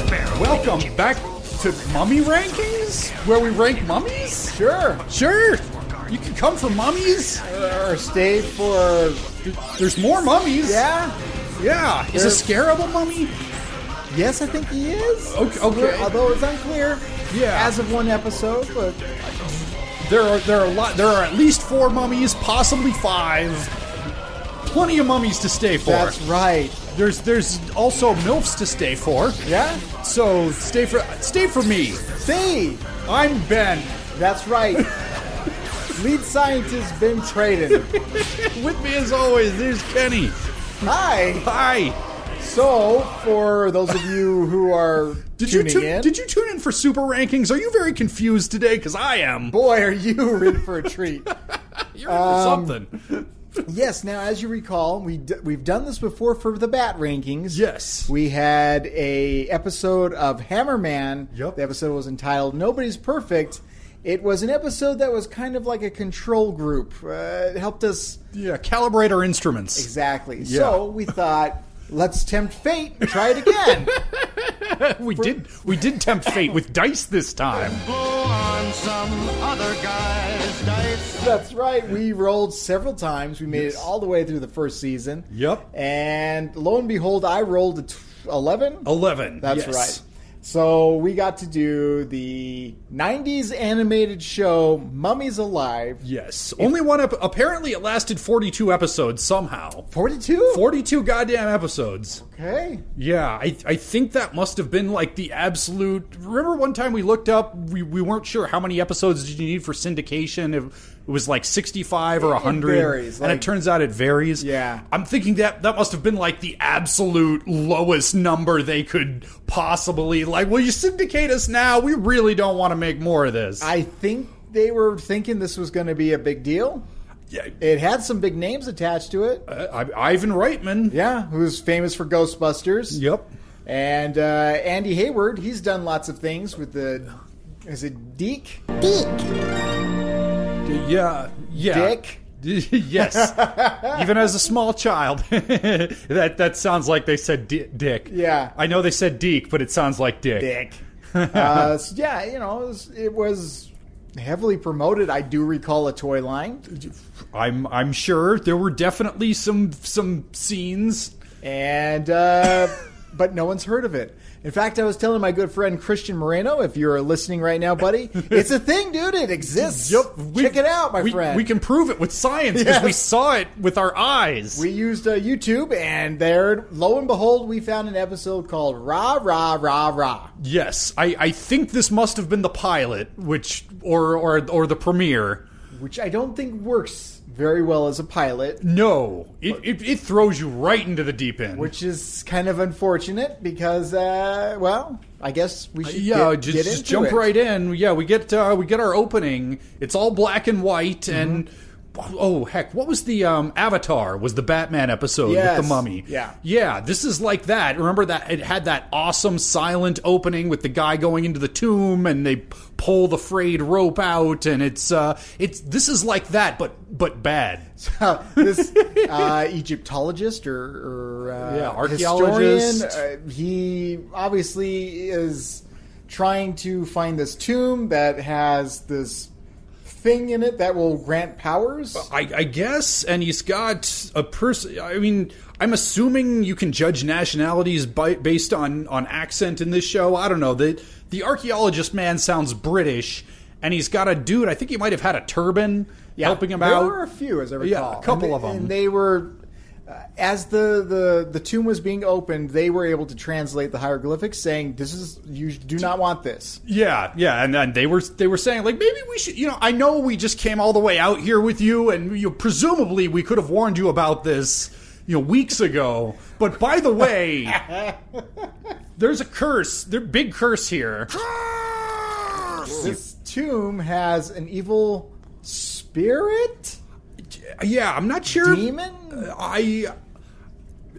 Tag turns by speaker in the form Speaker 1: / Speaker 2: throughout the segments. Speaker 1: Welcome back to Mummy Rankings, where we rank mummies. Sure, sure. You can come for mummies Uh, or stay for. There's more mummies.
Speaker 2: Yeah.
Speaker 1: yeah. Is a scarab a mummy?
Speaker 2: Yes, I think he is.
Speaker 1: Okay, okay.
Speaker 2: Although it's unclear.
Speaker 1: Yeah.
Speaker 2: As of one episode, but
Speaker 1: There are there are a lot. There are at least four mummies, possibly five. Plenty of mummies to stay for.
Speaker 2: that's right.
Speaker 1: There's there's also milfs to stay for.
Speaker 2: Yeah.
Speaker 1: So stay for stay for me.
Speaker 2: See,
Speaker 1: I'm Ben
Speaker 2: that's right. Lead scientist Ben Traden.
Speaker 1: With me as always, there's Kenny.
Speaker 2: Hi.
Speaker 1: Hi.
Speaker 2: So, for those of you who are
Speaker 1: Did you
Speaker 2: tuning
Speaker 1: tune,
Speaker 2: in,
Speaker 1: did you tune in for super rankings? Are you very confused today? Because I am.
Speaker 2: boy, are you in for a treat.
Speaker 1: You're in
Speaker 2: Um,
Speaker 1: for something.
Speaker 2: yes. Now, as you recall, we d- we've done this before for the Bat rankings.
Speaker 1: Yes.
Speaker 2: We had a episode of Hammerman.
Speaker 1: Yep.
Speaker 2: The episode was entitled "Nobody's Perfect." It was an episode that was kind of like a control group. Uh, it helped us
Speaker 1: yeah, calibrate our instruments.
Speaker 2: exactly.
Speaker 1: Yeah.
Speaker 2: So we thought, let's tempt fate and try it again.
Speaker 1: We did we did tempt fate with dice this time.
Speaker 3: blow on some other guy's dice.
Speaker 2: That's right. We rolled several times. We made it all the way through the first season.
Speaker 1: Yep.
Speaker 2: And lo and behold, I rolled a t- 11.
Speaker 1: Eleven.
Speaker 2: That's
Speaker 1: Oh, yes.
Speaker 2: right. So we got to do the 90s animated show Mummies Alive.
Speaker 1: Yes. Only one. Ep- apparently, it lasted forty-two episodes somehow.
Speaker 2: 42?
Speaker 1: Forty-two goddamn episodes.
Speaker 2: Okay.
Speaker 1: Yeah, I, I think that must have been like the absolute. Remember one time we looked up, we, we weren't sure how many episodes did you need for syndication. If it was like sixty five or hundred,
Speaker 2: varies,
Speaker 1: and
Speaker 2: like-
Speaker 1: it turns out it varies.
Speaker 2: Yeah.
Speaker 1: I'm thinking that that must have been like the absolute lowest number they could possibly like. Will you syndicate us now? We really don't want to make more of this.
Speaker 2: I think they were thinking this was going to be a big deal.
Speaker 1: Yeah,
Speaker 2: It had some big names attached to it.
Speaker 1: I, Ivan Reitman.
Speaker 2: Yeah, who's famous for Ghostbusters.
Speaker 1: Yep.
Speaker 2: And uh, Andy Hayward, he's done lots of things with the. Is it Deke?
Speaker 1: D- Yeah, yeah.
Speaker 2: Dick?
Speaker 1: D- yes. Even as a small child, that that sounds like they said di- dick.
Speaker 2: Yeah.
Speaker 1: I know they said deek, but it sounds like dick.
Speaker 2: uh, so yeah, you know, it was, it was heavily promoted. I do recall a toy line.
Speaker 1: I'm I'm sure there were definitely some some scenes.
Speaker 2: and uh, but no one's heard of it. In fact, I was telling my good friend Christian Moreno, if you're listening right now, buddy, it's a thing, dude. It exists.
Speaker 1: we-
Speaker 2: Check it out, my
Speaker 1: we,
Speaker 2: friend.
Speaker 1: We can prove it with science because we
Speaker 2: Yes.
Speaker 1: saw it with our eyes.
Speaker 2: We used uh, YouTube, and there, lo and behold, we found an episode called "Rah Rah Rah Rah."
Speaker 1: yes, I, I think this must have been the pilot, which or or or the premiere.
Speaker 2: which I don't think works very well as a pilot,
Speaker 1: No, it, it, it throws you right into the deep end.
Speaker 2: which is kind of unfortunate because, uh, well, I guess we should
Speaker 1: yeah,
Speaker 2: get,
Speaker 1: just,
Speaker 2: get
Speaker 1: just
Speaker 2: into
Speaker 1: jump
Speaker 2: it.
Speaker 1: right in. Yeah, we get uh, we get our opening. It's all black and white,
Speaker 2: Mm-hmm.
Speaker 1: and oh heck, what was the um, Avatar? Was the Batman episode with
Speaker 2: Yes,
Speaker 1: the Mummy?
Speaker 2: yeah.
Speaker 1: yeah. This is like that. Remember that it had that awesome silent opening with the guy going into the tomb, and they pull the frayed rope out, and it's uh, it's this is like that, but but bad.
Speaker 2: Uh, this uh, Egyptologist or, or uh,
Speaker 1: Yeah, archaeologist.
Speaker 2: historian, uh, he obviously is trying to find this tomb that has this thing in it that will grant powers.
Speaker 1: I, I guess, and he's got a person. I mean, I'm assuming you can judge nationalities by, based on on accent in this show. I don't know. The the archaeologist man sounds British, and he's got a dude. I think he might have had a turban helping him
Speaker 2: there
Speaker 1: out.
Speaker 2: were a few, as I recall.
Speaker 1: Yeah, a couple
Speaker 2: And
Speaker 1: of 'em.
Speaker 2: And they were, uh, as the, the the tomb was being opened, they were able to translate the hieroglyphics, saying, "This is you do not want this."
Speaker 1: Yeah, yeah, and then they were they were saying like maybe we should. You know, I know we just came all the way out here with you, and you presumably we could have warned you about this, you know, weeks ago. But by the way, there's a curse. There big curse here.
Speaker 2: This tomb has an evil spirit,
Speaker 1: Yeah, I'm not sure.
Speaker 2: demon.
Speaker 1: I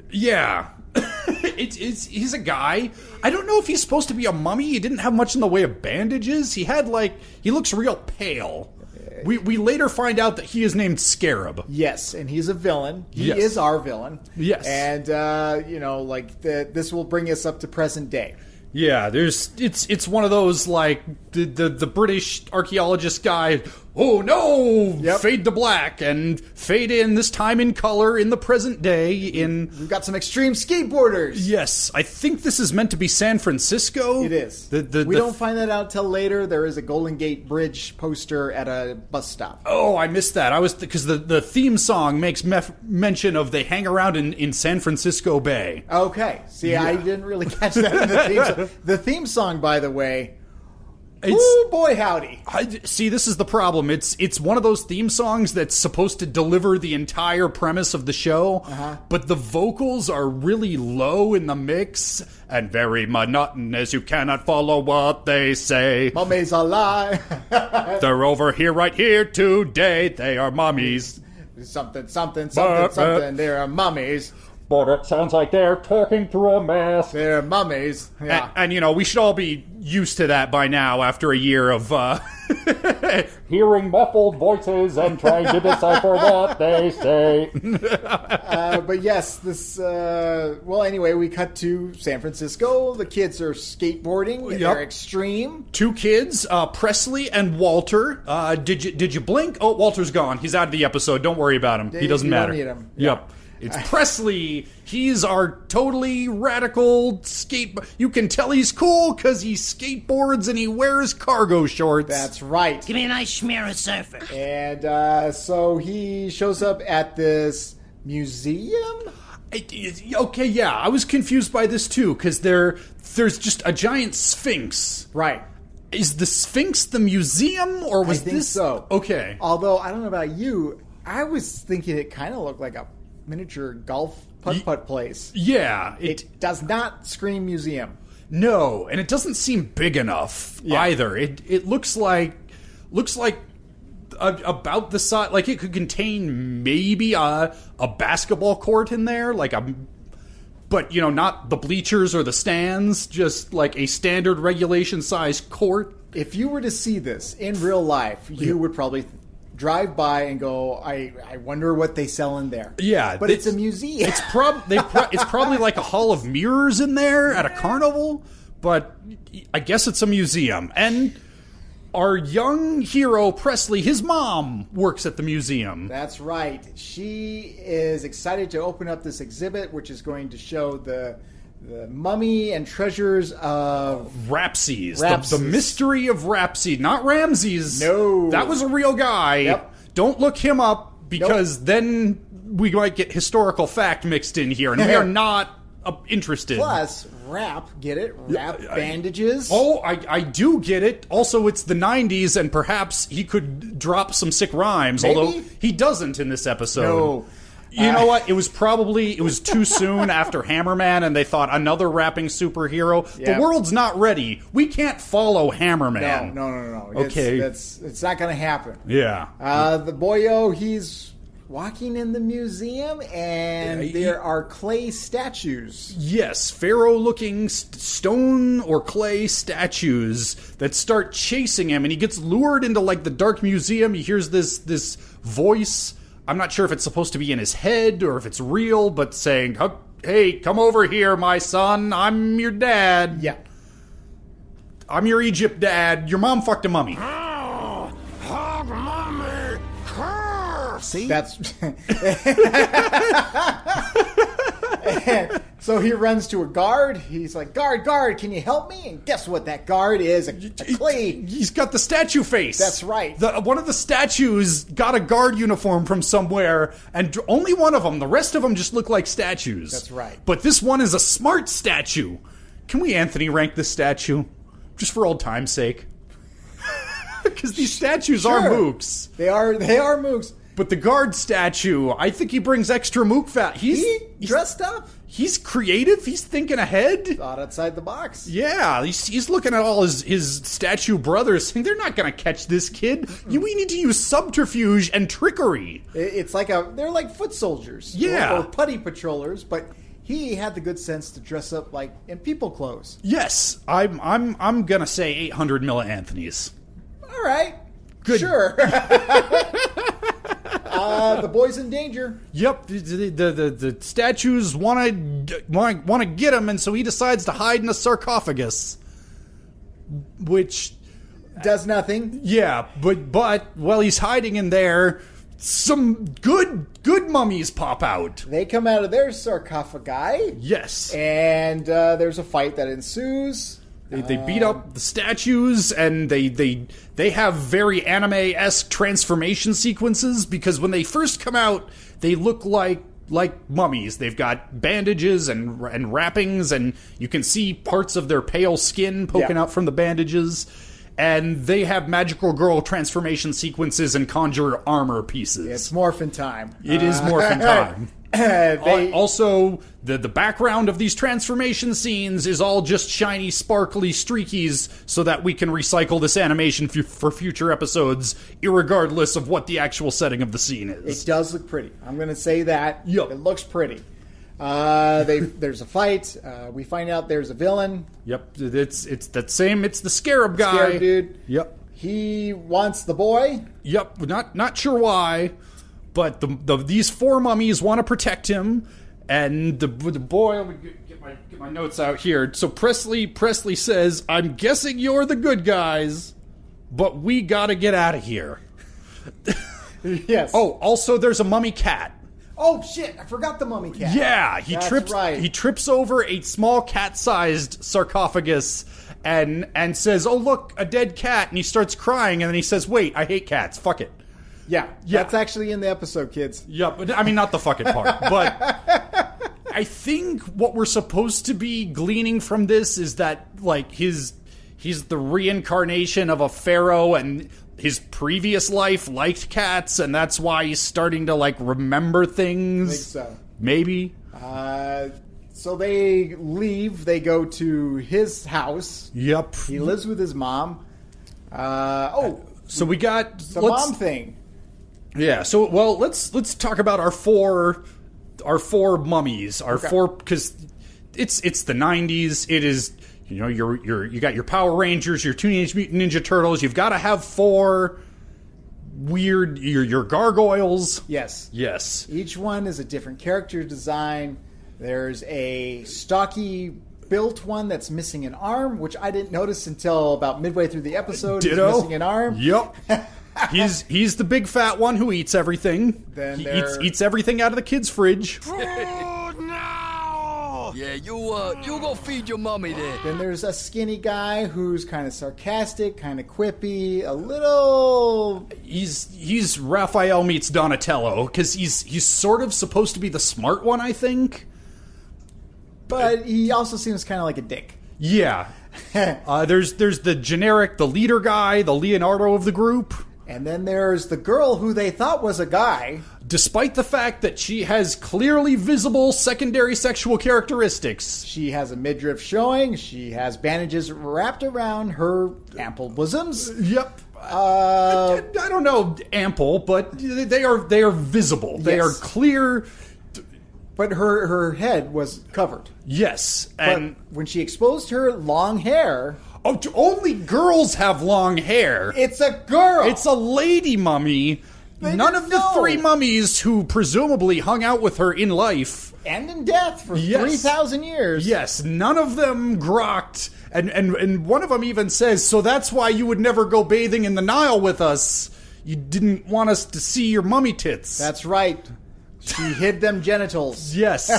Speaker 1: yeah. it's, it's he's a guy. I don't know if he's supposed to be a mummy. He didn't have much in the way of bandages. He had like he looks real pale. We we later find out that he is named Scarab.
Speaker 2: Yes, and he's a villain. He
Speaker 1: Yes.
Speaker 2: is our villain.
Speaker 1: Yes.
Speaker 2: and uh, you know, like the, this will bring us up to present day.
Speaker 1: Yeah, there's it's it's one of those like the the, the British archaeologist guy. Oh no!
Speaker 2: Yep.
Speaker 1: Fade to black and fade in this time in color in the present day. In
Speaker 2: We've got some extreme skateboarders.
Speaker 1: yes, I think this is meant to be San Francisco.
Speaker 2: It is.
Speaker 1: The, the,
Speaker 2: we
Speaker 1: the-
Speaker 2: don't find that out till later. There is a Golden Gate Bridge poster at a bus stop.
Speaker 1: Oh, I missed that. I was because the, the theme song makes mef- mention of they hang around in, in San Francisco Bay.
Speaker 2: Okay. See, I didn't really catch that in the theme song. The theme song, by the way,
Speaker 1: It's
Speaker 2: ooh, boy, howdy.
Speaker 1: I, see, this is the problem. It's it's one of those theme songs that's supposed to deliver the entire premise of the show, but the vocals are really low in the mix and very monotonous. You cannot follow what they say.
Speaker 2: Mummy's alive.
Speaker 1: They're over here, right here today. They are mummies,
Speaker 2: something, something,
Speaker 1: Bah, bah.
Speaker 2: something, something. There are mummies.
Speaker 1: but it sounds like they're talking through a mask.
Speaker 2: There are mummies.
Speaker 1: A-
Speaker 2: Yeah.
Speaker 1: And, you know, we should all be used to that by now after a year of uh, hearing muffled voices and trying to decipher what they say.
Speaker 2: Uh, but yes, this. Uh, well, anyway, we cut to San Francisco. The kids are skateboarding.
Speaker 1: Yep.
Speaker 2: They're extreme.
Speaker 1: Two kids, uh, Presley and Walter. Uh, did you did you blink? Oh, Walter's gone. He's out of the episode. Don't worry about him. He
Speaker 2: You
Speaker 1: doesn't
Speaker 2: don't
Speaker 1: matter.
Speaker 2: need him.
Speaker 1: Yep. It's Presley. He's our totally radical skate. You can tell he's cool because he skateboards and he wears cargo shorts.
Speaker 2: That's right.
Speaker 4: Give me a nice schmear of surfer.
Speaker 2: And uh, so he shows up at this museum.
Speaker 1: It- it- okay, yeah, I was confused by this too because there, there's just a giant sphinx.
Speaker 2: Right.
Speaker 1: Is the sphinx the museum or was
Speaker 2: I think
Speaker 1: this
Speaker 2: so. Uh,
Speaker 1: Okay,
Speaker 2: Although I don't know about you, I was thinking it kind of looked like a miniature golf putt putt place.
Speaker 1: yeah, it,
Speaker 2: It does not scream museum.
Speaker 1: no, and it doesn't seem big enough
Speaker 2: Yeah.
Speaker 1: either. It it looks like looks like a, about the size, like it could contain maybe a a basketball court in there, like a. But you know, not the bleachers or the stands, just like a standard regulation size court.
Speaker 2: If you were to see this in real life, you would probably drive by and go, "I I wonder what they sell in there."
Speaker 1: Yeah,
Speaker 2: but it's,
Speaker 1: it's-
Speaker 2: a museum.
Speaker 1: It's prob they pro- it's probably like a hall of mirrors in there at a carnival, but I guess it's a museum. And our young hero Presley, his mom works at the museum.
Speaker 2: That's right. She is excited to open up this exhibit, which is going to show the the mummy and treasures
Speaker 1: Oh.
Speaker 2: of
Speaker 1: Rapses, The,
Speaker 2: Rapses.
Speaker 1: the mystery of Rapsy, not Ramses.
Speaker 2: No.
Speaker 1: that was a real guy.
Speaker 2: Yep.
Speaker 1: Don't look him up because then we might get historical fact mixed in here, and we are not uh, interested.
Speaker 2: plus wrap. Get it? Wrap
Speaker 1: I-
Speaker 2: bandages.
Speaker 1: Oh, I, I do get it. Also, it's the 90s, and perhaps he could drop some sick rhymes,
Speaker 2: Maybe?
Speaker 1: although he doesn't in this episode.
Speaker 2: No.
Speaker 1: You know what? It was probably it was too soon after Hammerman, and they thought another rapping superhero.
Speaker 2: Yeah.
Speaker 1: The world's not ready. We can't follow
Speaker 2: no,
Speaker 1: Hammerman.
Speaker 2: no, no, no, no.
Speaker 1: Okay.
Speaker 2: that's, that's it's not going to happen.
Speaker 1: Yeah.
Speaker 2: Uh, the boyo, he's walking in the museum, and
Speaker 1: Yeah, he-
Speaker 2: there are clay statues.
Speaker 1: Yes, pharaoh-looking st- stone or clay statues that start chasing him, and he gets lured into like the dark museum. He hears this this voice. I'm not sure if it's supposed to be in his head or if it's real, but saying, "Huh, "Hey, come over here, my son. I'm your dad.
Speaker 2: Yeah.
Speaker 1: I'm your Egypt dad. Your mom fucked a mummy."
Speaker 4: See?
Speaker 2: That's so he runs to a guard. He's like, "Guard, guard, can you help me?" And guess what? That guard is a, a clay.
Speaker 1: He's got the statue face.
Speaker 2: That's right.
Speaker 1: The, uh, one of the statues got a guard uniform from somewhere, and dr- only one of them. The rest of them just look like statues.
Speaker 2: That's right.
Speaker 1: But this one is a smart statue. Can we Anthony rank this statue, just for old time's sake? Because these statues are
Speaker 2: Sure.
Speaker 1: mooks.
Speaker 2: They are they are mooks.
Speaker 1: But the guard statue, I think he brings extra mook fat. He's,
Speaker 2: He
Speaker 1: he's
Speaker 2: dressed up,
Speaker 1: he's creative. He's thinking ahead.
Speaker 2: thought outside the box.
Speaker 1: Yeah, he's, he's looking at all his, his statue brothers saying, they're not going to catch this kid. You, we need to use subterfuge and trickery.
Speaker 2: It- It's like a they're like foot soldiers, or-
Speaker 1: Yeah.
Speaker 2: or, putty patrollers. But he had the good sense to dress up like in people clothes.
Speaker 1: Yes, I'm, I'm, I'm going to say 800 millianthony's.
Speaker 2: All right,
Speaker 1: Good.
Speaker 2: sure. uh, the boy's in danger.
Speaker 1: Yep, the the, the, the statues want to want to get him, and so he decides to hide in a sarcophagus. Which,
Speaker 2: Does nothing.
Speaker 1: yeah, but but while he's hiding in there, some good good mummies pop out.
Speaker 2: They come out of their sarcophagi,
Speaker 1: Yes,
Speaker 2: and uh, there's a fight that ensues.
Speaker 1: they, they beat up the statues, and they they they have very anime esque transformation sequences because when they first come out, they look like like mummies. They've got bandages and and wrappings, and you can see parts of their pale skin poking
Speaker 2: Yeah.
Speaker 1: out from the bandages. And they have magical girl transformation sequences and conjure armor pieces.
Speaker 2: It's morphin' time. Uh,
Speaker 1: It is morphin' time.
Speaker 2: they,
Speaker 1: also, the the background of these transformation scenes is all just shiny, sparkly streakies, so that we can recycle this animation f- for future episodes, irregardless of what the actual setting of the scene
Speaker 2: It
Speaker 1: is.
Speaker 2: does look pretty. I'm going to say that.
Speaker 1: Yup.
Speaker 2: It looks pretty. Uh, they, there's a fight. Uh, we find out there's a villain.
Speaker 1: Yep, it's it's that same. It's the Scarab guy,
Speaker 2: Scared dude.
Speaker 1: Yep,
Speaker 2: He wants the boy.
Speaker 1: yep. Not not sure why, but the, the these four mummies want to protect him, and the the boy. Let me get- Get my, get my notes out here. So Presley Presley says, "I'm guessing you're the good guys." but we gotta get out of here.
Speaker 2: Yes.
Speaker 1: Oh, also there's a mummy cat.
Speaker 2: Oh shit! I forgot the mummy cat.
Speaker 1: Yeah, he
Speaker 2: That's
Speaker 1: trips
Speaker 2: right.
Speaker 1: he trips over a small cat-sized sarcophagus and and says, "Oh look, a dead cat." And he starts crying and then he says, "Wait, I hate cats. Fuck it."
Speaker 2: Yeah.
Speaker 1: Yeah.
Speaker 2: That's actually in the episode, kids.
Speaker 1: Yeah, but I mean not the fucking part, but I think what we're supposed to be gleaning from this is that like his he's the reincarnation of a pharaoh and his previous life liked cats and that's why he's starting to like remember things.
Speaker 2: think so.
Speaker 1: Maybe.
Speaker 2: Uh, so they leave. They go to his house.
Speaker 1: Yep.
Speaker 2: He lives with his mom. Uh, oh,
Speaker 1: So we got
Speaker 2: the
Speaker 1: let's-
Speaker 2: mom thing.
Speaker 1: Yeah. So well, let's let's talk about our four our four mummies. Our four because it's it's the '90s. It is you know you're you're you got your Power Rangers, your Teenage Mutant Ninja Turtles. You've got to have four weird your your gargoyles.
Speaker 2: Yes.
Speaker 1: Yes.
Speaker 2: Each one is a different character design. There's a stocky built one that's missing an arm, which I didn't notice until about midway through the episode. He's
Speaker 1: Ditto.
Speaker 2: missing an arm.
Speaker 1: Yep. he's he's the big fat one who eats everything.
Speaker 2: Then
Speaker 1: he eats
Speaker 2: there-
Speaker 1: eats everything out of the kid's fridge.
Speaker 3: Food now! Yeah, you uh, you go feed your mummy then.
Speaker 2: Then there's a skinny guy who's kind of sarcastic, kind of quippy, a little.
Speaker 1: he's he's Raphael meets Donatello because he's he's sort of supposed to be the smart one, I think.
Speaker 2: But he also seems kind of like a dick.
Speaker 1: Yeah. uh, there's there's the generic, the leader guy, the Leonardo of the group.
Speaker 2: And then there's the girl who they thought was a guy.
Speaker 1: Despite the fact that she has clearly visible secondary sexual characteristics,
Speaker 2: She has a midriff showing. She has bandages wrapped around her ample bosoms.
Speaker 1: yep.
Speaker 2: Uh,
Speaker 1: I, I don't know ample, but they are they are visible. They
Speaker 2: Yes.
Speaker 1: are clear.
Speaker 2: but her her head was covered.
Speaker 1: Yes,
Speaker 2: But
Speaker 1: and
Speaker 2: when she exposed her long hair,
Speaker 1: oh, t- only girls have long hair.
Speaker 2: it's a girl.
Speaker 1: It's a lady mummy. None
Speaker 2: didn't
Speaker 1: of the
Speaker 2: know.
Speaker 1: three mummies who presumably hung out with her in life.
Speaker 2: and in death for
Speaker 1: Yes.
Speaker 2: three thousand years.
Speaker 1: Yes, none of them grokked. And, and, and one of them even says, So that's why you would never go bathing in the Nile with us. You didn't want us to see your mummy tits.
Speaker 2: that's right. She hid them genitals.
Speaker 1: yes.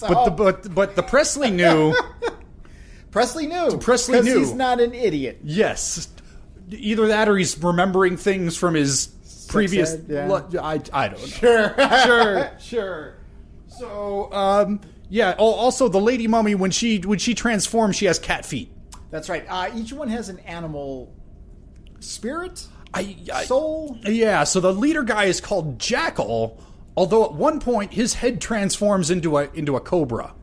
Speaker 1: But the but but the Presley knew.
Speaker 2: Presley knew.
Speaker 1: Presley
Speaker 2: 'Cause
Speaker 1: knew.
Speaker 2: He's not an idiot.
Speaker 1: yes. Either that or he's remembering things from his previous
Speaker 2: ed, yeah.
Speaker 1: lo- I I don't know.
Speaker 2: Sure.
Speaker 1: sure, sure. So, um, yeah. Oh, also, the lady mummy when she when she transforms, she has cat feet.
Speaker 2: That's right. Uh, each one has an animal spirit,
Speaker 1: I, I
Speaker 2: soul.
Speaker 1: yeah. So the leader guy is called Jackal. Although at one point his head transforms into a into a cobra,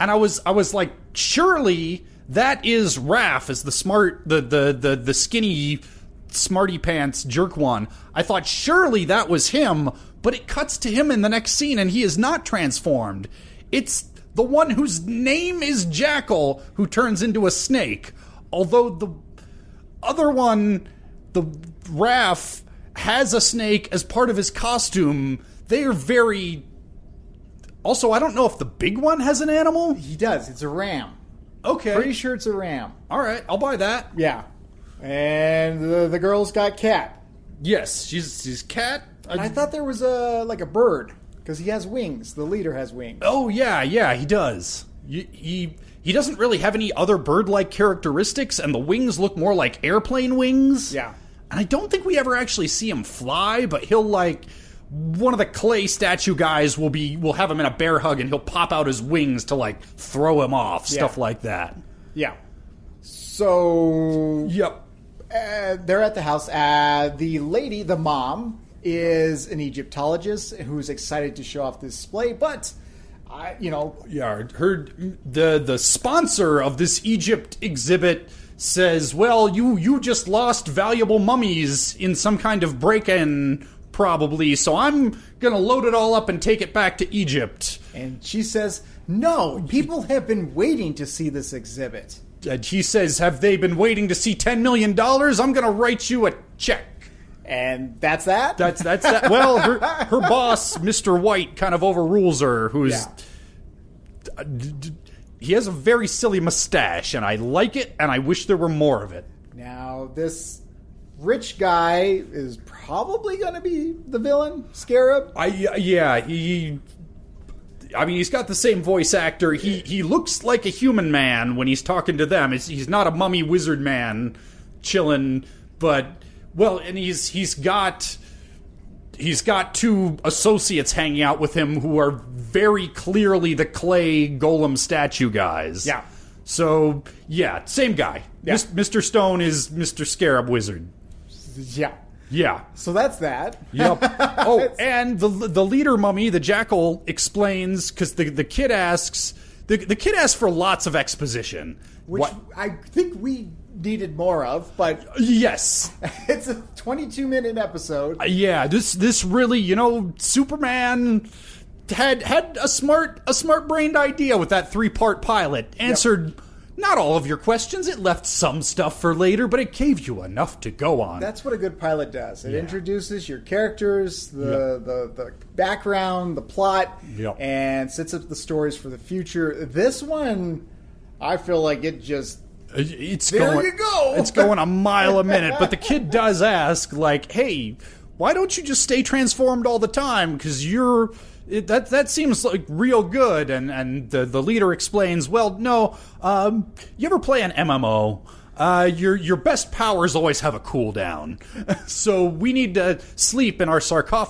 Speaker 1: and I was I was like, surely that is Raph, is the smart the the the the skinny smarty pants jerk one. I thought surely that was him, but it cuts to him in the next scene, and he is not transformed. It's the one whose name is Jackal who turns into a snake. Although the other one, the Raph, has a snake as part of his costume. They are very. Also, I don't know if the big one has an animal.
Speaker 2: He does. It's a ram.
Speaker 1: Okay.
Speaker 2: Pretty sure it's a ram.
Speaker 1: All right, I'll buy that.
Speaker 2: Yeah. And the, the girl's got cat.
Speaker 1: Yes, she's she's cat.
Speaker 2: And I thought there was a like a bird because he has wings. The leader has wings.
Speaker 1: Oh yeah, yeah, he does. He he, he doesn't really have any other bird-like characteristics, and the wings look more like airplane wings.
Speaker 2: Yeah.
Speaker 1: and I don't think we ever actually see him fly, but he'll like one of the clay statue guys will be will have him in a bear hug, and he'll pop out his wings to like throw him off, stuff like that.
Speaker 2: Yeah. So
Speaker 1: Yep.
Speaker 2: uh, they're at the house. Uh, the lady, the mom, is an Egyptologist who's excited to show off this display, but. I, you know,
Speaker 1: Yeah, her the the sponsor of this Egypt exhibit says, "Well, you you just lost valuable mummies in some kind of break-in probably, so I'm going to load it all up and take it back to Egypt."
Speaker 2: and she says, "No, people have been waiting to see this exhibit."
Speaker 1: And he says, "Have they been waiting to see 10 million dollars? I'm going to write you a check."
Speaker 2: And that's that.
Speaker 1: That's that's that. Well, her, her boss, Mr. White, kind of overrules her, who's
Speaker 2: Yeah.
Speaker 1: Uh, d- d- he has a very silly mustache, and I like it, and I wish there were more of it.
Speaker 2: Now, this rich guy is probably going to be the villain, Scarab.
Speaker 1: I yeah he. I mean, he's got the same voice actor. He he looks like a human man when he's talking to them. It's, he's not a mummy wizard man, chilling. But well, and he's he's got he's got two associates hanging out with him who are very clearly the clay golem statue guys.
Speaker 2: Yeah.
Speaker 1: So yeah, same guy.
Speaker 2: Yeah.
Speaker 1: Mis- Mr. Stone is Mr. Scarab Wizard.
Speaker 2: Yeah.
Speaker 1: Yeah.
Speaker 2: So that's that.
Speaker 1: Yep. Oh, and the the leader mummy, the jackal, explains because the the kid asks the the kid asks for lots of exposition.
Speaker 2: Which
Speaker 1: What-
Speaker 2: I think we needed more of, but
Speaker 1: Yes.
Speaker 2: it's a 22 minute episode.
Speaker 1: Yeah. This this really you know Superman had had a smart a smart brained idea with that three part pilot answered. Not all of your questions. It left some stuff for later, but it gave you enough to go on.
Speaker 2: That's what a good pilot does. It introduces your characters, the, the, the background, the plot,
Speaker 1: Yeah.
Speaker 2: and sets up the stories for the future. This one, I feel like it just
Speaker 1: Uh, It's
Speaker 2: There
Speaker 1: going,
Speaker 2: you go.
Speaker 1: It's going a mile a minute. But the kid does ask, like, "Hey, why don't you just stay transformed all the time? Because you're it, that that seems like real good." And and the the leader explains, "Well, no. Um, you ever play an MMO?" Uh, your your best powers always have a cooldown, so we need to sleep in our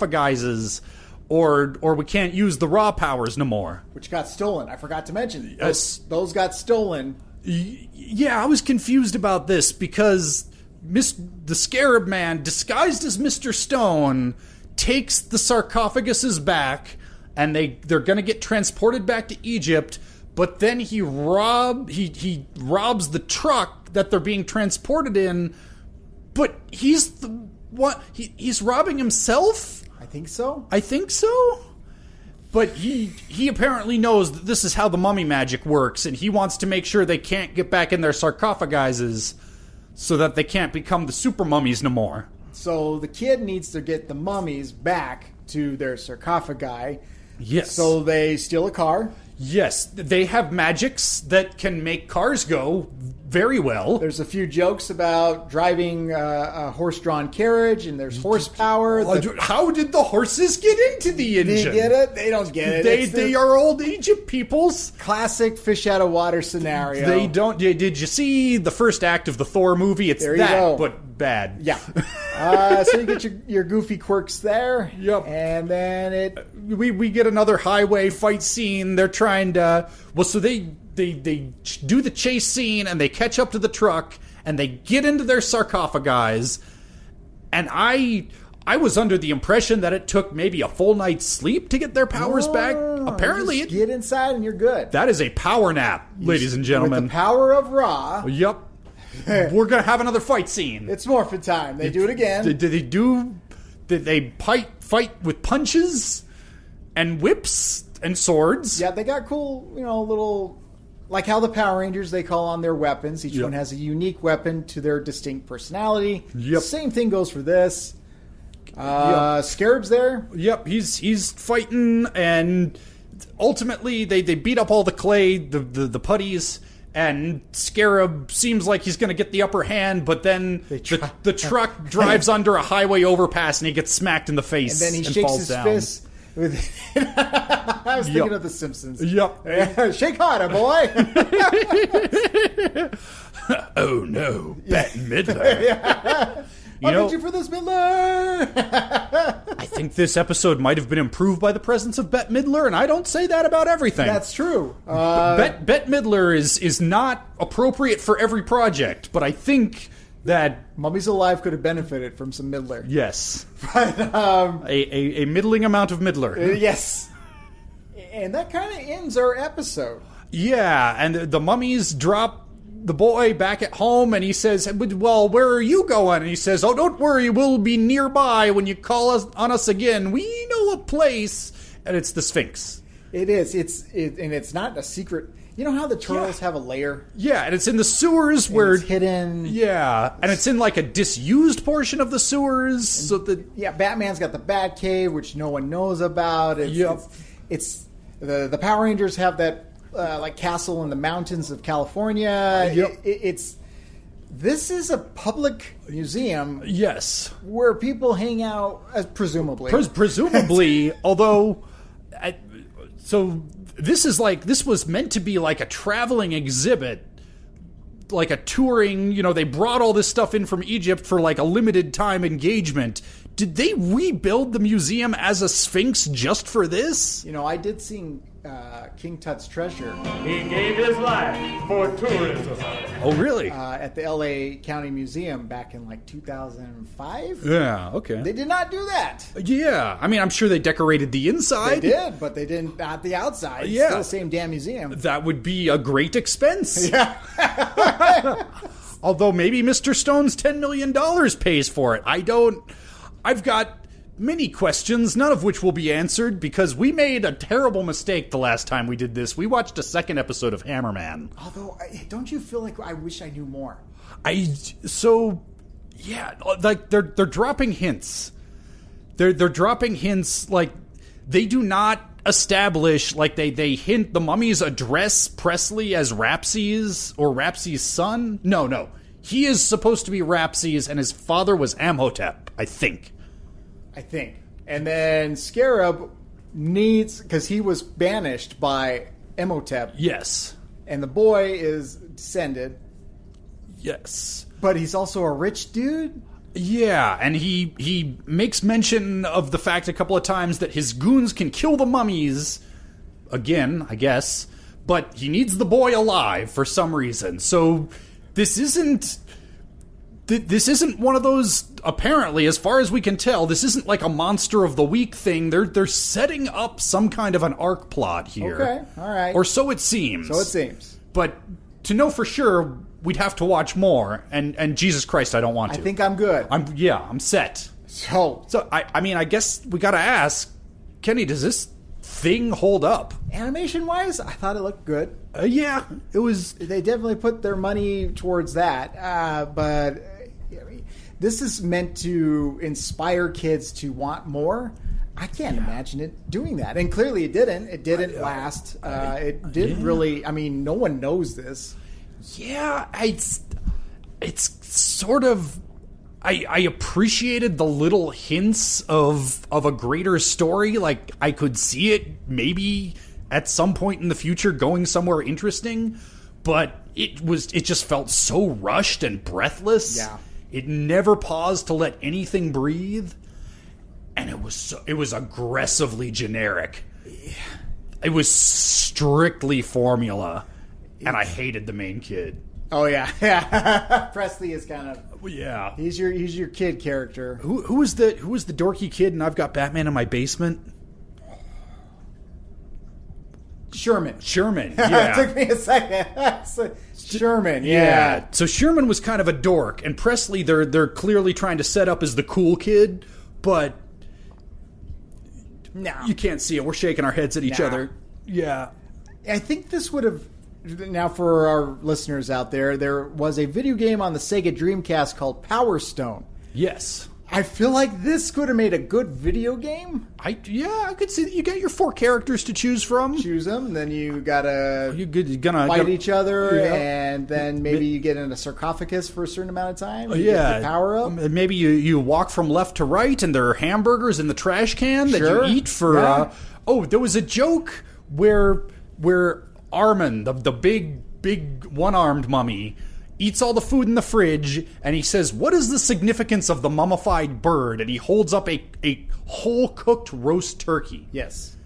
Speaker 1: sarcophagizes, or or we can't use the raw powers no more.
Speaker 2: which got stolen. I forgot to mention.
Speaker 1: Yes.
Speaker 2: Those, those got stolen.
Speaker 1: Y- yeah, I was confused about this because Mis- the Scarab Man, disguised as Mister Stone, takes the sarcophaguses back, and they they're gonna get transported back to Egypt. But then he rob he he robs the truck that they're being transported in. But he's the what he, he's robbing himself.
Speaker 2: I think so.
Speaker 1: I think so. But he he apparently knows that this is how the mummy magic works, and he wants to make sure they can't get back in their sarcophagizes, so that they can't become the super mummies no more.
Speaker 2: So the kid needs to get the mummies back to their sarcophagi.
Speaker 1: Yes.
Speaker 2: So they steal a car.
Speaker 1: yes, they have magics that can make cars go very well.
Speaker 2: There's a few jokes about driving uh, a horse-drawn carriage, and there's horsepower. The,
Speaker 1: Oh, How did the horses get into the
Speaker 2: they
Speaker 1: engine?
Speaker 2: get it? They don't get it.
Speaker 1: They
Speaker 2: It's
Speaker 1: they
Speaker 2: the
Speaker 1: are old Egypt peoples.
Speaker 2: classic fish out of water scenario.
Speaker 1: They don't. Did you see the first act of the Thor movie? It's
Speaker 2: There you
Speaker 1: that,
Speaker 2: go.
Speaker 1: but bad.
Speaker 2: Yeah. uh, so you get your, your goofy quirks there.
Speaker 1: Yep.
Speaker 2: And then it
Speaker 1: we we get another highway fight scene. They're trying to well, so they they they ch- do the chase scene and they catch up to the truck and they get into their sarcophagi. And I I was under the impression that it took maybe a full night's sleep to get their powers back.
Speaker 2: Oh,
Speaker 1: Apparently,
Speaker 2: just
Speaker 1: it,
Speaker 2: get inside and you're good.
Speaker 1: that is a power nap, ladies and
Speaker 2: With
Speaker 1: gentlemen. Oh,
Speaker 2: the power of Ra,
Speaker 1: yep, we're gonna have another fight scene.
Speaker 2: it's morphin time. They do it again.
Speaker 1: Did, did they do? Did they fight fight with punches and whips and swords?
Speaker 2: Yeah, they got cool, you know, little like how the Power Rangers they call on their weapons. Each
Speaker 1: Yep.
Speaker 2: one has a unique weapon to their distinct personality.
Speaker 1: Yep.
Speaker 2: Same thing goes for this. Uh, Scarab's there.
Speaker 1: Yep, he's he's fighting, and ultimately they, they beat up all the clay, the, the the putties, and Scarab seems like he's going to get the upper hand, but then the,
Speaker 2: try-
Speaker 1: the truck drives under a highway overpass and he gets smacked in the face
Speaker 2: And then he shakes
Speaker 1: falls
Speaker 2: his
Speaker 1: down.
Speaker 2: fist. With I was thinking
Speaker 1: Yep.
Speaker 2: of The Simpsons.
Speaker 1: Yep.
Speaker 2: Shake harder, boy.
Speaker 1: Oh no, Bat Midler. You
Speaker 2: I'll
Speaker 1: know,
Speaker 2: need you for this, Midler.
Speaker 1: I think this episode might have been improved by the presence of Bette Midler, and I don't say that about everything.
Speaker 2: That's true. Uh,
Speaker 1: Bet Bet Midler is is not appropriate for every project, but I think that
Speaker 2: Mummies Alive could have benefited from some Midler.
Speaker 1: yes,
Speaker 2: But, um,
Speaker 1: a a, a middling amount of Midler.
Speaker 2: yes. And that kind of ends our episode.
Speaker 1: Yeah, and the, the mummies drop the boy back at home, and he says, "Well, where are you going?" And he says, "Oh, don't worry, we'll be nearby when you call us on us again. We know a place." And it's the Sphinx.
Speaker 2: It is. It's it, and it's not a secret. You know how the turtles have a layer?
Speaker 1: Yeah, and it's in the sewers where.
Speaker 2: It's hidden.
Speaker 1: yeah, and it's in like a disused portion of the sewers, so that
Speaker 2: Yeah, Batman's got the Bat Cave, which no one knows about. It's,
Speaker 1: Yep.
Speaker 2: it's, it's the the Power Rangers have that uh, like castle in the mountains of California.
Speaker 1: Yep.
Speaker 2: It- it- it's this is a public museum
Speaker 1: yes,
Speaker 2: where people hang out, uh, presumably.
Speaker 1: Pres- presumably, although, I, so this is like this was meant to be like a traveling exhibit, like a touring. You know, they brought all this stuff in from Egypt for like a limited time engagement. Did they rebuild the museum as a sphinx just for this?
Speaker 2: you know, I did sing uh, King Tut's Treasure
Speaker 4: He gave his life for tourism.
Speaker 1: Oh, really?
Speaker 2: uh, at the L.A. County Museum back in like 2005.
Speaker 1: yeah.
Speaker 2: They
Speaker 1: Okay.
Speaker 2: did not do that.
Speaker 1: Yeah. I mean, I'm sure they decorated the
Speaker 2: They
Speaker 1: inside.
Speaker 2: did, but they didn't not the outside. It's
Speaker 1: Yeah.
Speaker 2: still the same damn museum.
Speaker 1: That would be a great expense. Although maybe Mr. Stone's $10 million pays for it. I don't. I've got many questions, none of which will be answered because we made a terrible mistake the last time we did this. We watched a second episode of Hammerman.
Speaker 2: Although, I, don't you feel like I wish I knew more?
Speaker 1: I. So. Yeah, like they're they're dropping hints. They're they're dropping hints like they do not establish like they they hint the mummies address Presley as Rapses or Rapses' son. No, no. He is supposed to be Rapses and his father was Amhotep, I think.
Speaker 2: I think. And then Scarab needs because he was banished by Emotep,
Speaker 1: Yes.
Speaker 2: and the boy is descended,
Speaker 1: Yes.
Speaker 2: but he's also a rich dude.
Speaker 1: Yeah, and he he makes mention of the fact a couple of times that his goons can kill the mummies again, I guess, but he needs the boy alive for some reason. So this isn't th- this isn't one of those apparently as far as we can tell this isn't like a monster of the week thing they're they're setting up some kind of an arc plot here
Speaker 2: Okay, all right.
Speaker 1: or so it seems
Speaker 2: So it seems.
Speaker 1: but to know for sure we'd have to watch more and and jesus christ i don't want
Speaker 2: I
Speaker 1: to
Speaker 2: think I'm good.
Speaker 1: I'm yeah, I'm set.
Speaker 2: so,
Speaker 1: So I I mean I guess we gotta ask, Kenny, does this thing hold up?
Speaker 2: animation wise, I thought it looked good.
Speaker 1: Uh, yeah, it was.
Speaker 2: They definitely put their money towards that, uh, but uh, I mean, this is meant to inspire kids to want more. I can't imagine it doing that, and clearly it didn't. It didn't last. Uh, it didn't
Speaker 1: yeah.
Speaker 2: really. I mean, no one knows this.
Speaker 1: Yeah, I, it's it's sort of. I, I appreciated the little hints of of a greater story. Like I could see it maybe at some point in the future going somewhere interesting, but it was it just felt so rushed and breathless.
Speaker 2: Yeah.
Speaker 1: It never paused to let anything breathe. and it was so, it was aggressively generic. It was strictly formula, and I hated the main kid.
Speaker 2: Oh yeah, yeah. Presley is kind of
Speaker 1: Yeah.
Speaker 2: he's your he's your kid character.
Speaker 1: Who who is the who is the dorky kid? And I've got Batman in my basement.
Speaker 2: Sherman.
Speaker 1: Sherman.
Speaker 2: it
Speaker 1: Yeah.
Speaker 2: took me a second. So, Sherman. Yeah.
Speaker 1: yeah. So Sherman was kind of a dork, and Presley they're they're clearly trying to set up as the cool kid, but
Speaker 2: No.
Speaker 1: you can't see it. We're shaking our heads at each
Speaker 2: Nah.
Speaker 1: other. Yeah.
Speaker 2: I think this would have. Now, for our listeners out there, there was a video game on the Sega Dreamcast called Power Stone.
Speaker 1: Yes.
Speaker 2: I feel like this could have made a good video game.
Speaker 1: I yeah, I could see that you got your four characters to choose from.
Speaker 2: Choose them, then you gotta
Speaker 1: You could, you're gonna
Speaker 2: fight
Speaker 1: gotta-
Speaker 2: each other,
Speaker 1: Yeah.
Speaker 2: and then maybe you get in a sarcophagus for a certain amount of time. you
Speaker 1: Oh, yeah,
Speaker 2: get the power up.
Speaker 1: Um, Maybe you, you walk from left to right, and there are hamburgers in the trash can that
Speaker 2: Sure.
Speaker 1: you eat for.
Speaker 2: Yeah.
Speaker 1: Uh, oh, there was a joke where where Armin, the the big big one armed mummy, eats all the food in the fridge, and he says, "What is the significance of the mummified bird?" And he holds up a a whole cooked roast turkey.
Speaker 2: Yes.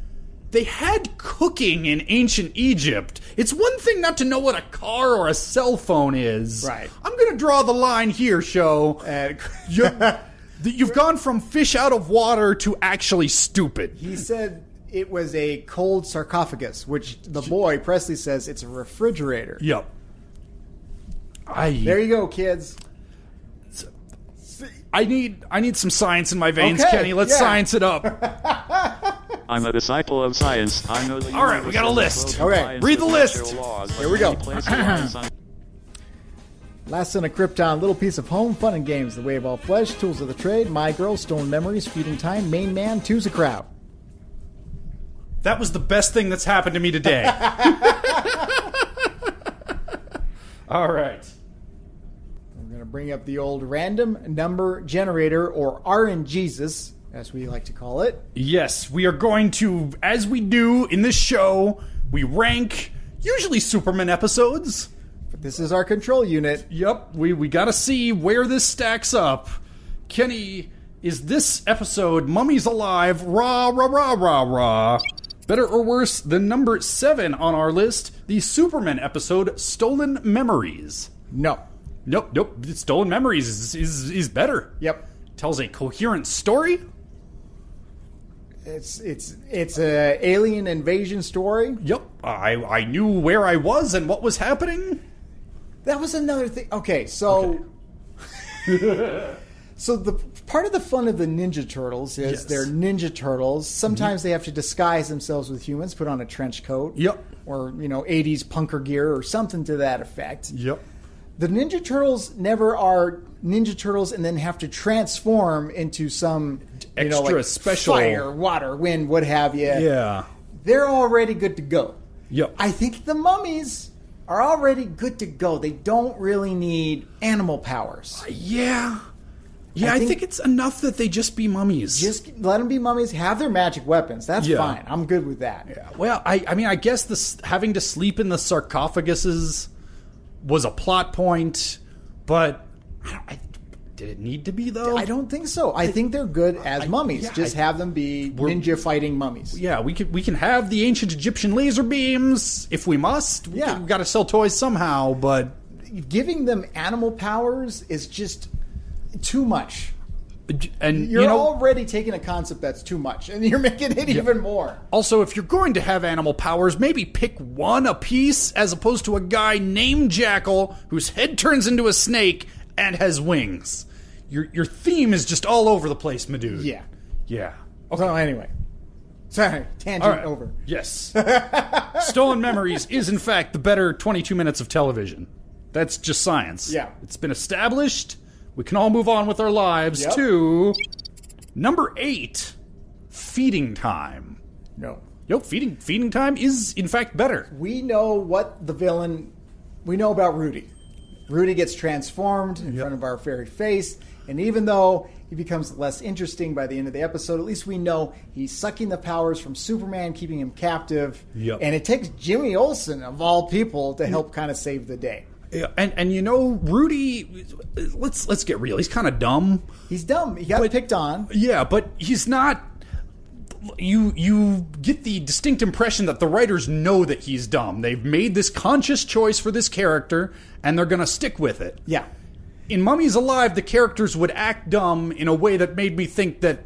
Speaker 1: They had cooking in ancient Egypt. It's one thing not to know what a car or a cell phone is.
Speaker 2: Right. Uh,
Speaker 1: I'm going to draw the line here, show.
Speaker 2: And-
Speaker 1: You- th- You've gone from fish out of water to actually stupid.
Speaker 2: He said it was a cold sarcophagus, which the boy Presley says it's a refrigerator.
Speaker 1: Yep. I
Speaker 2: There you go, kids.
Speaker 1: I need I need some science in my veins,
Speaker 2: Okay,
Speaker 1: Kenny. Let's
Speaker 2: yeah.
Speaker 1: science it up.
Speaker 5: I'm a disciple of science. I know the
Speaker 1: All right, we got a
Speaker 5: universe
Speaker 1: list.
Speaker 5: is full of
Speaker 2: Okay,
Speaker 5: science
Speaker 1: read the
Speaker 5: and natural
Speaker 1: list.
Speaker 5: laws, but
Speaker 2: Here we go.
Speaker 5: many places lies un-
Speaker 2: Last in a Krypton, little piece of home, fun and games, the way of all flesh, tools of the trade, my girl, stolen memories, feeding time, main man, two's a crowd.
Speaker 1: that was the best thing that's happened to me today. All right.
Speaker 2: We're going to bring up the old random number generator, or RNGesus, as we like to call it.
Speaker 1: Yes, we are going to, as we do in this show, we rank usually Superman episodes.
Speaker 2: But this is our control unit.
Speaker 1: Yep, we, we gotta see where this stacks up. Kenny, is this episode Mummy's Alive, rah, rah, rah, rah, rah, better or worse than number seven on our list, the Superman episode Stolen Memories?
Speaker 2: No.
Speaker 1: Nope, nope, Stolen Memories is, is, is better.
Speaker 2: Yep.
Speaker 1: Tells a coherent story.
Speaker 2: It's it's it's a alien invasion story.
Speaker 1: Yep, I, I knew where I was and what was happening.
Speaker 2: That was another thing. Okay, so
Speaker 1: Okay.
Speaker 2: so the part of the fun of the Ninja Turtles is
Speaker 1: Yes. Mm-hmm.
Speaker 2: they're Ninja Turtles. Sometimes they have to disguise themselves with humans, put on a trench coat.
Speaker 1: Yep.
Speaker 2: Or, you know, 80s punker gear or something to that effect.
Speaker 1: Yep.
Speaker 2: The Ninja Turtles never are Ninja Turtles and then have to transform into some you know,
Speaker 1: Extra
Speaker 2: like
Speaker 1: special-
Speaker 2: fire, water, wind, what have
Speaker 1: Eh.
Speaker 2: you.
Speaker 1: Yeah.
Speaker 2: They're already good to go.
Speaker 1: Yep.
Speaker 2: I think the mummies are already good to go. They don't really need animal powers.
Speaker 1: yeah. Yeah,
Speaker 2: I
Speaker 1: I think,
Speaker 2: think-
Speaker 1: it's enough that they just be mummies.
Speaker 2: Just let them be mummies. Have their magic weapons. That's
Speaker 1: Yeah.
Speaker 2: fine. I'm good with that.
Speaker 1: well, I, I mean, I guess this having to sleep in the sarcophaguses was a plot point, but I, don't- I, did it need to be though?
Speaker 2: I don't think so. I think they're good as mummies.
Speaker 1: yeah,
Speaker 2: Just
Speaker 1: I-
Speaker 2: have them be
Speaker 1: We're-
Speaker 2: ninja fighting mummies.
Speaker 1: Yeah, we can we can have the ancient Egyptian laser beams if we must. We
Speaker 2: Yeah.
Speaker 1: can- we got to sell toys somehow, but
Speaker 2: Giving them animal powers is just too much.
Speaker 1: and
Speaker 2: You're
Speaker 1: you know
Speaker 2: already taking a concept that's too much, and you're making it even more.
Speaker 1: Also, if you're going to have animal powers, maybe pick one a piece as opposed to a guy named Jackal whose head turns into a snake and has wings. Your your theme is just all over the place, my dude.
Speaker 2: Yeah.
Speaker 1: Yeah.
Speaker 2: So anyway, sorry,
Speaker 1: All
Speaker 2: tangent
Speaker 1: right.
Speaker 2: over.
Speaker 1: Yes. Stolen Memories is in fact the better 22 minutes of television. That's just science.
Speaker 2: Yeah.
Speaker 1: It's been established. We can all move on with our lives
Speaker 2: Yep.
Speaker 1: to number 8, feeding time.
Speaker 2: No.
Speaker 1: Nope, feeding feeding time is in fact better.
Speaker 2: we know what the villain we know about rudy rudy gets transformed in front of our very face and even though he becomes less interesting by the end of the episode at least we know he's sucking the powers from superman keeping him captive
Speaker 1: Yep.
Speaker 2: and it takes jimmy olsen of all people to help kind of save the day
Speaker 1: Yeah, and and you know Rudy, let's let's get real. He's kind of dumb.
Speaker 2: he's dumb he got
Speaker 1: But-
Speaker 2: picked on
Speaker 1: Yeah, but he's not. You you get the distinct impression that the writers know that he's dumb. They've made this conscious choice for this character, and they're gonna stick with it.
Speaker 2: yeah
Speaker 1: In Mummies Alive, the characters would act dumb in a way that made me think that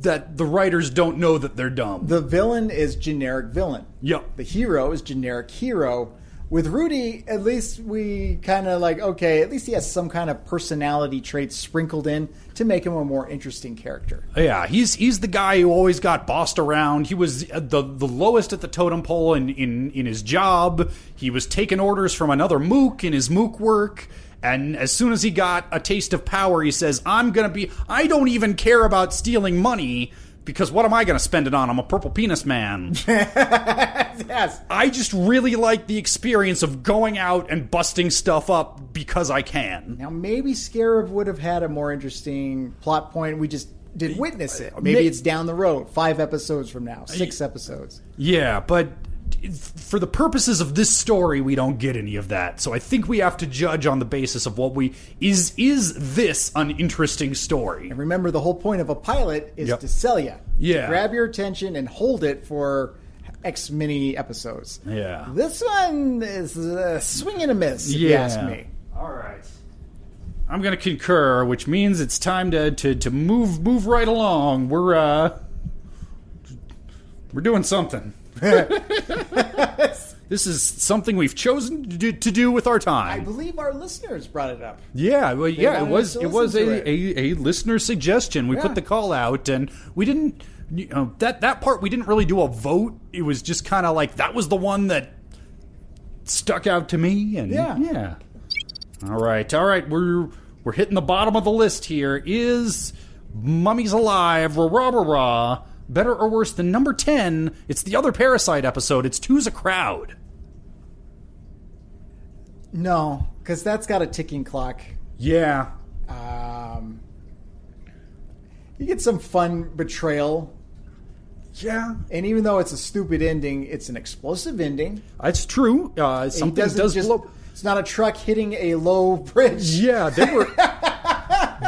Speaker 1: that the writers don't know that they're dumb.
Speaker 2: the villain is generic villain
Speaker 1: Yep.
Speaker 2: the hero is generic hero. With Rudy, at least we kind of like, okay, at least he has some kind of personality traits sprinkled in to make him a more interesting character.
Speaker 1: Yeah, he's he's the guy who always got bossed around. He was uh, the the lowest at the totem pole in in in his job. He was taking orders from another mook in his mook work, And as soon as he got a taste of power, he says, I'm going to be, I don't even care about stealing money because what am I going to spend it on? I'm a purple penis man.
Speaker 2: yes.
Speaker 1: I just really like the experience of going out and busting stuff up because I can.
Speaker 2: Now maybe Scarab would have had a more interesting plot point. We just didn't witness it. Maybe it's down the road, five episodes from now, six episodes.
Speaker 1: Yeah, but for the purposes of this story, we don't get any of that. So I think we have to judge on the basis of what we is is this an interesting story?
Speaker 2: Remember, the whole point of a pilot is
Speaker 1: Yep.
Speaker 2: to sell you.
Speaker 1: Yeah.
Speaker 2: Grab your attention and hold it for X many episodes.
Speaker 1: Yeah.
Speaker 2: This one is a swing and a miss, if you
Speaker 1: Yeah.
Speaker 2: ask me.
Speaker 1: All right. I'm going to concur, which means it's time to, to, to move move right along. We're uh we're doing something. this is something we've chosen to do, to do with our
Speaker 2: I
Speaker 1: time.
Speaker 2: believe our listeners brought it up.
Speaker 1: Yeah, well, yeah, it
Speaker 2: wanted
Speaker 1: was
Speaker 2: us to
Speaker 1: it was
Speaker 2: listen
Speaker 1: a,
Speaker 2: to
Speaker 1: a, a listener suggestion. We
Speaker 2: Yeah.
Speaker 1: put the call out, and we didn't you know, that that part we didn't really do a vote. It was just kind of like that was the one that stuck out to me, and
Speaker 2: Yeah.
Speaker 1: yeah. All right, all right, we're we're hitting the bottom of the list here. Is Mummies Alive? Rah rah rah rah. Better or worse than number ten? It's the other Parasite episode. It's Two's a Crowd.
Speaker 2: No, because that's got a ticking clock.
Speaker 1: Yeah,
Speaker 2: Um, you get some fun betrayal.
Speaker 1: yeah,
Speaker 2: And even though it's a stupid ending, it's an explosive ending.
Speaker 1: that's true. Uh,
Speaker 2: It
Speaker 1: something
Speaker 2: doesn't
Speaker 1: does
Speaker 2: just-
Speaker 1: blow.
Speaker 2: It's not a truck hitting a low bridge.
Speaker 1: Yeah, there were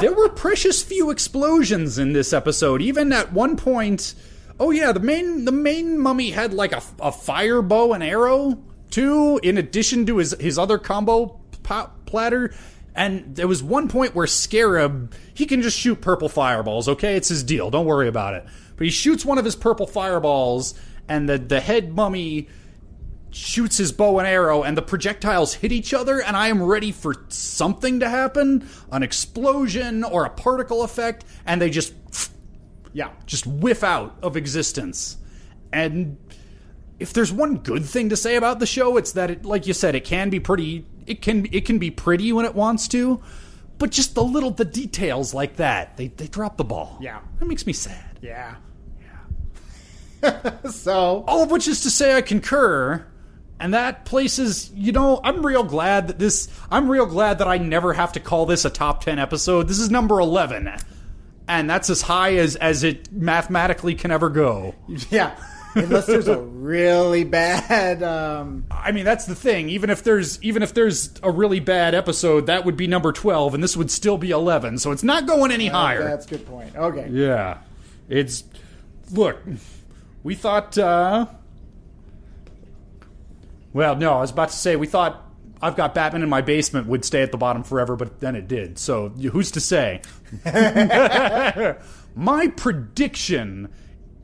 Speaker 1: there were precious few explosions in this episode. Even at one point, oh yeah, the main the main mummy had like a, a fire bow and arrow too, in addition to his his other combo po- platter. And there was one point where Scarab he can just shoot purple fireballs. Okay, it's his deal. Don't worry about it. But he shoots one of his purple fireballs, and the the head mummy shoots his bow and arrow, and the projectiles hit each other, and I am ready for something to happen an explosion or a particle effect, and they just, yeah, just whiff out of existence. And if there's one good thing to say about the show, it's that it, like you said, it can be pretty. It can it can be pretty when it wants to, but just the little the details like that, they they drop the ball.
Speaker 2: Yeah.
Speaker 1: that makes me sad.
Speaker 2: Yeah. so
Speaker 1: All of which is to say, I concur, and that places. You know, I'm real glad that this. I'm real glad that I never have to call this a top ten episode. This is number eleven, and that's as high as as it mathematically can ever go.
Speaker 2: yeah, unless there's a really bad. Um,
Speaker 1: I mean, that's the thing. Even if there's even if there's a really bad episode, that would be number twelve, and this would still be eleven. So it's not going any higher.
Speaker 2: That's a good point. Okay.
Speaker 1: Yeah. It's look, we thought uh Well, no, I was about to say we thought I've got Batman in my basement would stay at the bottom forever, but then it did. So, who's to say? my prediction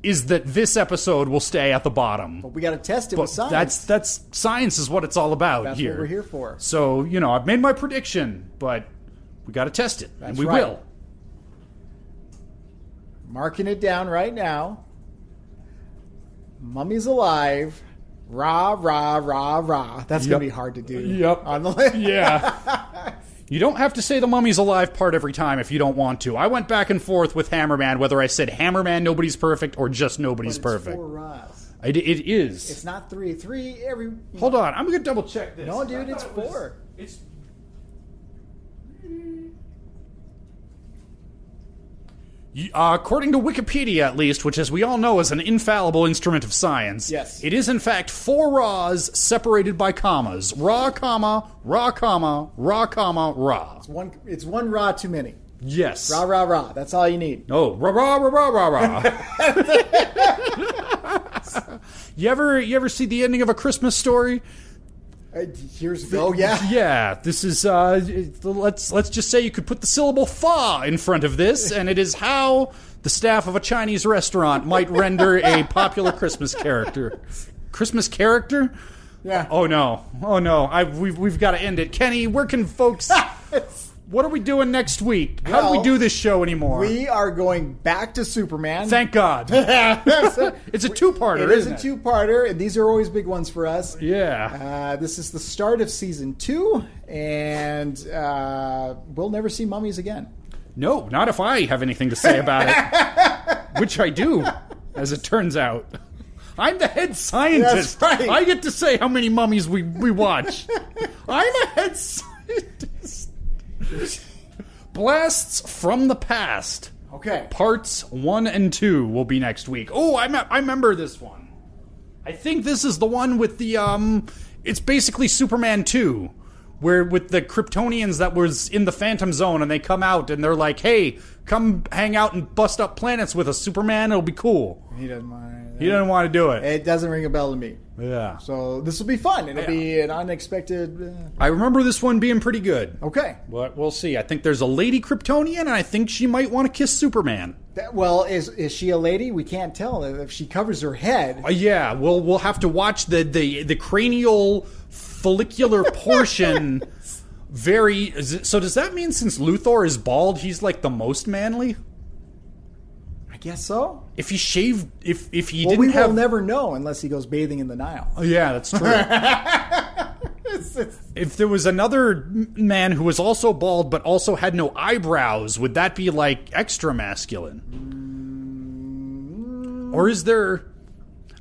Speaker 1: is that this episode will stay at the bottom.
Speaker 2: We got to test it with science.
Speaker 1: That's that's science is what it's all about
Speaker 2: That's
Speaker 1: here.
Speaker 2: what we're here for.
Speaker 1: So, you know, I've made my prediction, but we got to test it, and
Speaker 2: That's
Speaker 1: we
Speaker 2: right.
Speaker 1: will.
Speaker 2: Marking it down right now. Mummy's alive. Rah rah rah rah. That's
Speaker 1: Yep.
Speaker 2: gonna be hard to do.
Speaker 1: Yep.
Speaker 2: On the list.
Speaker 1: Yeah. You don't have to say the mummy's alive part every time if you don't want to. I went back and forth with Hammerman whether I said Hammerman, nobody's perfect, or just nobody's
Speaker 2: It's
Speaker 1: perfect.
Speaker 2: Four rahs.
Speaker 1: I d it is.
Speaker 2: It's not three. Three every.
Speaker 1: Hold on, I'm gonna double check this.
Speaker 2: No, dude,
Speaker 1: I thought
Speaker 2: it's
Speaker 1: it was-
Speaker 2: four.
Speaker 1: It's. Y- Uh, according to Wikipedia, at least, which, as we all know, is an infallible instrument of science,
Speaker 2: Yes.
Speaker 1: it is in fact four raws separated by commas: raw comma, raw comma, raw comma, raw.
Speaker 2: One. It's one rah too many.
Speaker 1: Yes.
Speaker 2: Rah rah rah. That's all you need.
Speaker 1: Oh, rah rah rah rah rah rah. you ever you ever see the ending of a Christmas story?
Speaker 2: Uh, here's oh yeah.
Speaker 1: Yeah, this is uh let's let's just say you could put the syllable fa in front of this and it is how the staff of a Chinese restaurant might render a popular Christmas character. Christmas character?
Speaker 2: Yeah.
Speaker 1: Oh no. Oh no. I we've we've got to end it. Kenny, where can folks what are we doing next week? How do
Speaker 2: Well,
Speaker 1: we do this show anymore?
Speaker 2: We are going back to Superman.
Speaker 1: Thank God. it's a two-parter,
Speaker 2: it is
Speaker 1: isn't
Speaker 2: a two-parter, and these are always big ones for us.
Speaker 1: Yeah.
Speaker 2: Uh, this is the start of season two, and uh, we'll never see mummies again.
Speaker 1: No, not if I have anything to say about it, which I do, as it turns out. I'm the head scientist.
Speaker 2: That's right.
Speaker 1: I get to say how many mummies we, we watch. I'm a head scientist. Blasts from the past.
Speaker 2: Okay.
Speaker 1: Parts 1 and 2 will be next week. Oh, I, me- I remember this one. I think this is the one with the um it's basically Superman 2 where with the Kryptonians that was in the Phantom Zone and they come out and they're like, "Hey, come hang out and bust up planets with us, Superman. It'll be cool."
Speaker 2: He doesn't mind.
Speaker 1: He doesn't want to do it.
Speaker 2: It doesn't ring a bell to me.
Speaker 1: Yeah.
Speaker 2: So this will be fun. It'll be an unexpected.
Speaker 1: I remember this one being pretty good.
Speaker 2: Uh, okay.
Speaker 1: But we'll see. I think there's a lady Kryptonian and I think she might want to kiss Superman.
Speaker 2: That, well, is is she a lady? We can't tell if she covers her head.
Speaker 1: Uh, yeah, we'll we'll have to watch the the the cranial follicular portion. Very. is it- So does that mean since Luthor is bald, he's like the most manly?
Speaker 2: I guess so.
Speaker 1: If he shaved, if if he
Speaker 2: Well,
Speaker 1: didn't
Speaker 2: we
Speaker 1: have,
Speaker 2: will never know unless he goes bathing in the Nile.
Speaker 1: Oh, yeah, that's true. if there was another m- man who was also bald but also had no eyebrows, would that be like extra masculine? Or is there?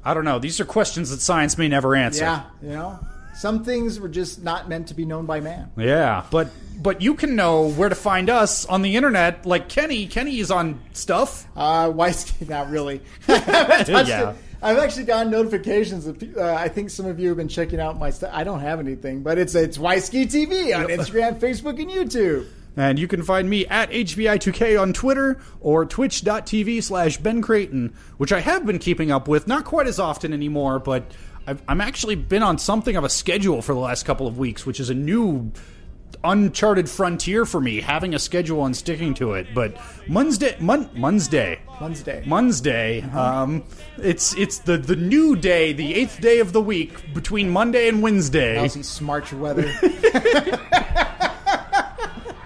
Speaker 1: I don't know. These are questions that science may never answer.
Speaker 2: Yeah, you know, some things were just not meant to be known by man.
Speaker 1: Yeah, but but you can know where to find us on the internet. Like Kenny, Kenny is on stuff.
Speaker 2: Uh, Weiss, not really. I haven't touched
Speaker 1: Yeah.
Speaker 2: it. I've actually gotten notifications. Of, pe- uh, I think some of you have been checking out my stuff. I don't have anything, but it's it's Weisky TV on Instagram, Facebook, and YouTube.
Speaker 1: And you can find me at HBI2K on Twitter or twitch.tv slash Ben Creighton, which I have been keeping up with, not quite as often anymore, but I've I'm actually been on something of a schedule for the last couple of weeks, which is a new uncharted frontier for me, having a schedule and sticking to it. But Monday, Mon- Monday,
Speaker 2: Wednesday.
Speaker 1: Monday. Um, it's it's the the new day, the eighth day of the week between Monday and Wednesday.
Speaker 2: Lousy smarch weather.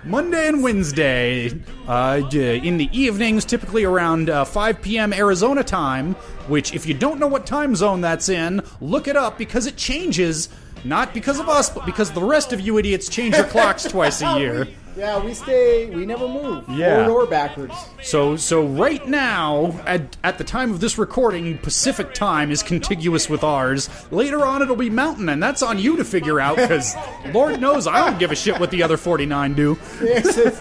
Speaker 1: Monday and Wednesday uh, d- in the evenings, typically around uh, 5 p.m. Arizona time. Which, if you don't know what time zone that's in, look it up because it changes. Not because of us, but because the rest of you idiots change your clocks twice a year.
Speaker 2: yeah, we stay. We never move
Speaker 1: Yeah.
Speaker 2: forward or backwards.
Speaker 1: So, so right now, at, at the time of this recording, Pacific time is contiguous with ours. Later on, it'll be Mountain, and that's on you to figure out, because Lord knows I don't give a shit what the other 49 do.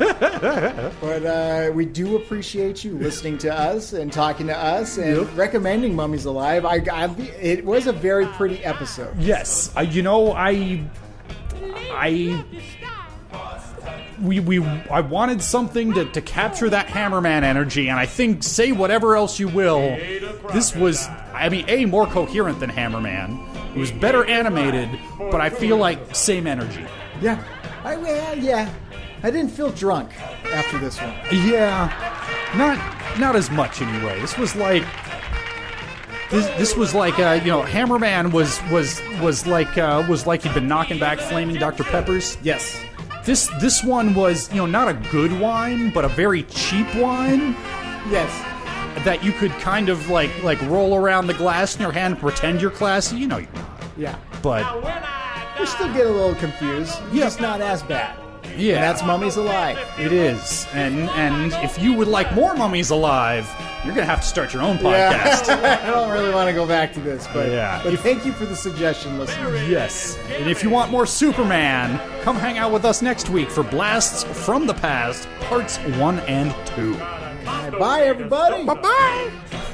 Speaker 2: But uh, we do appreciate you listening to us and talking to us and
Speaker 1: Yep.
Speaker 2: recommending Mummies Alive. I, I, it was a very pretty episode.
Speaker 1: Yes, I, you know, I, I, we, we, I wanted something to, to capture that Hammerman energy, and I think, say whatever else you will, this was, I mean, A, more coherent than Hammerman. It was better animated, but I feel like same energy.
Speaker 2: Yeah. I, well, yeah. I didn't feel drunk after this one.
Speaker 1: Yeah, not not as much anyway. This was like this, this was like uh, you know Hammerman was was was like uh, was like he'd been knocking back flaming Dr Peppers.
Speaker 2: Yes.
Speaker 1: This this one was you know not a good wine, but a very cheap wine
Speaker 2: Yes.
Speaker 1: that you could kind of like like roll around the glass in your hand, and pretend you're classy. You know you're not,
Speaker 2: Yeah.
Speaker 1: but
Speaker 2: We still get a little confused.
Speaker 1: Yeah.
Speaker 2: Just not as bad.
Speaker 1: yeah,
Speaker 2: And that's Mummies Alive.
Speaker 1: It is, and and if you would like more mummies alive, you're gonna have to start your own podcast.
Speaker 2: I don't really want to go back to this, but,
Speaker 1: Yeah.
Speaker 2: but thank you for the suggestion, listeners.
Speaker 1: Yes. And if you want more Superman, come hang out with us next week for Blasts from the Past, parts one and two.
Speaker 2: Bye, everybody.
Speaker 1: Bye bye!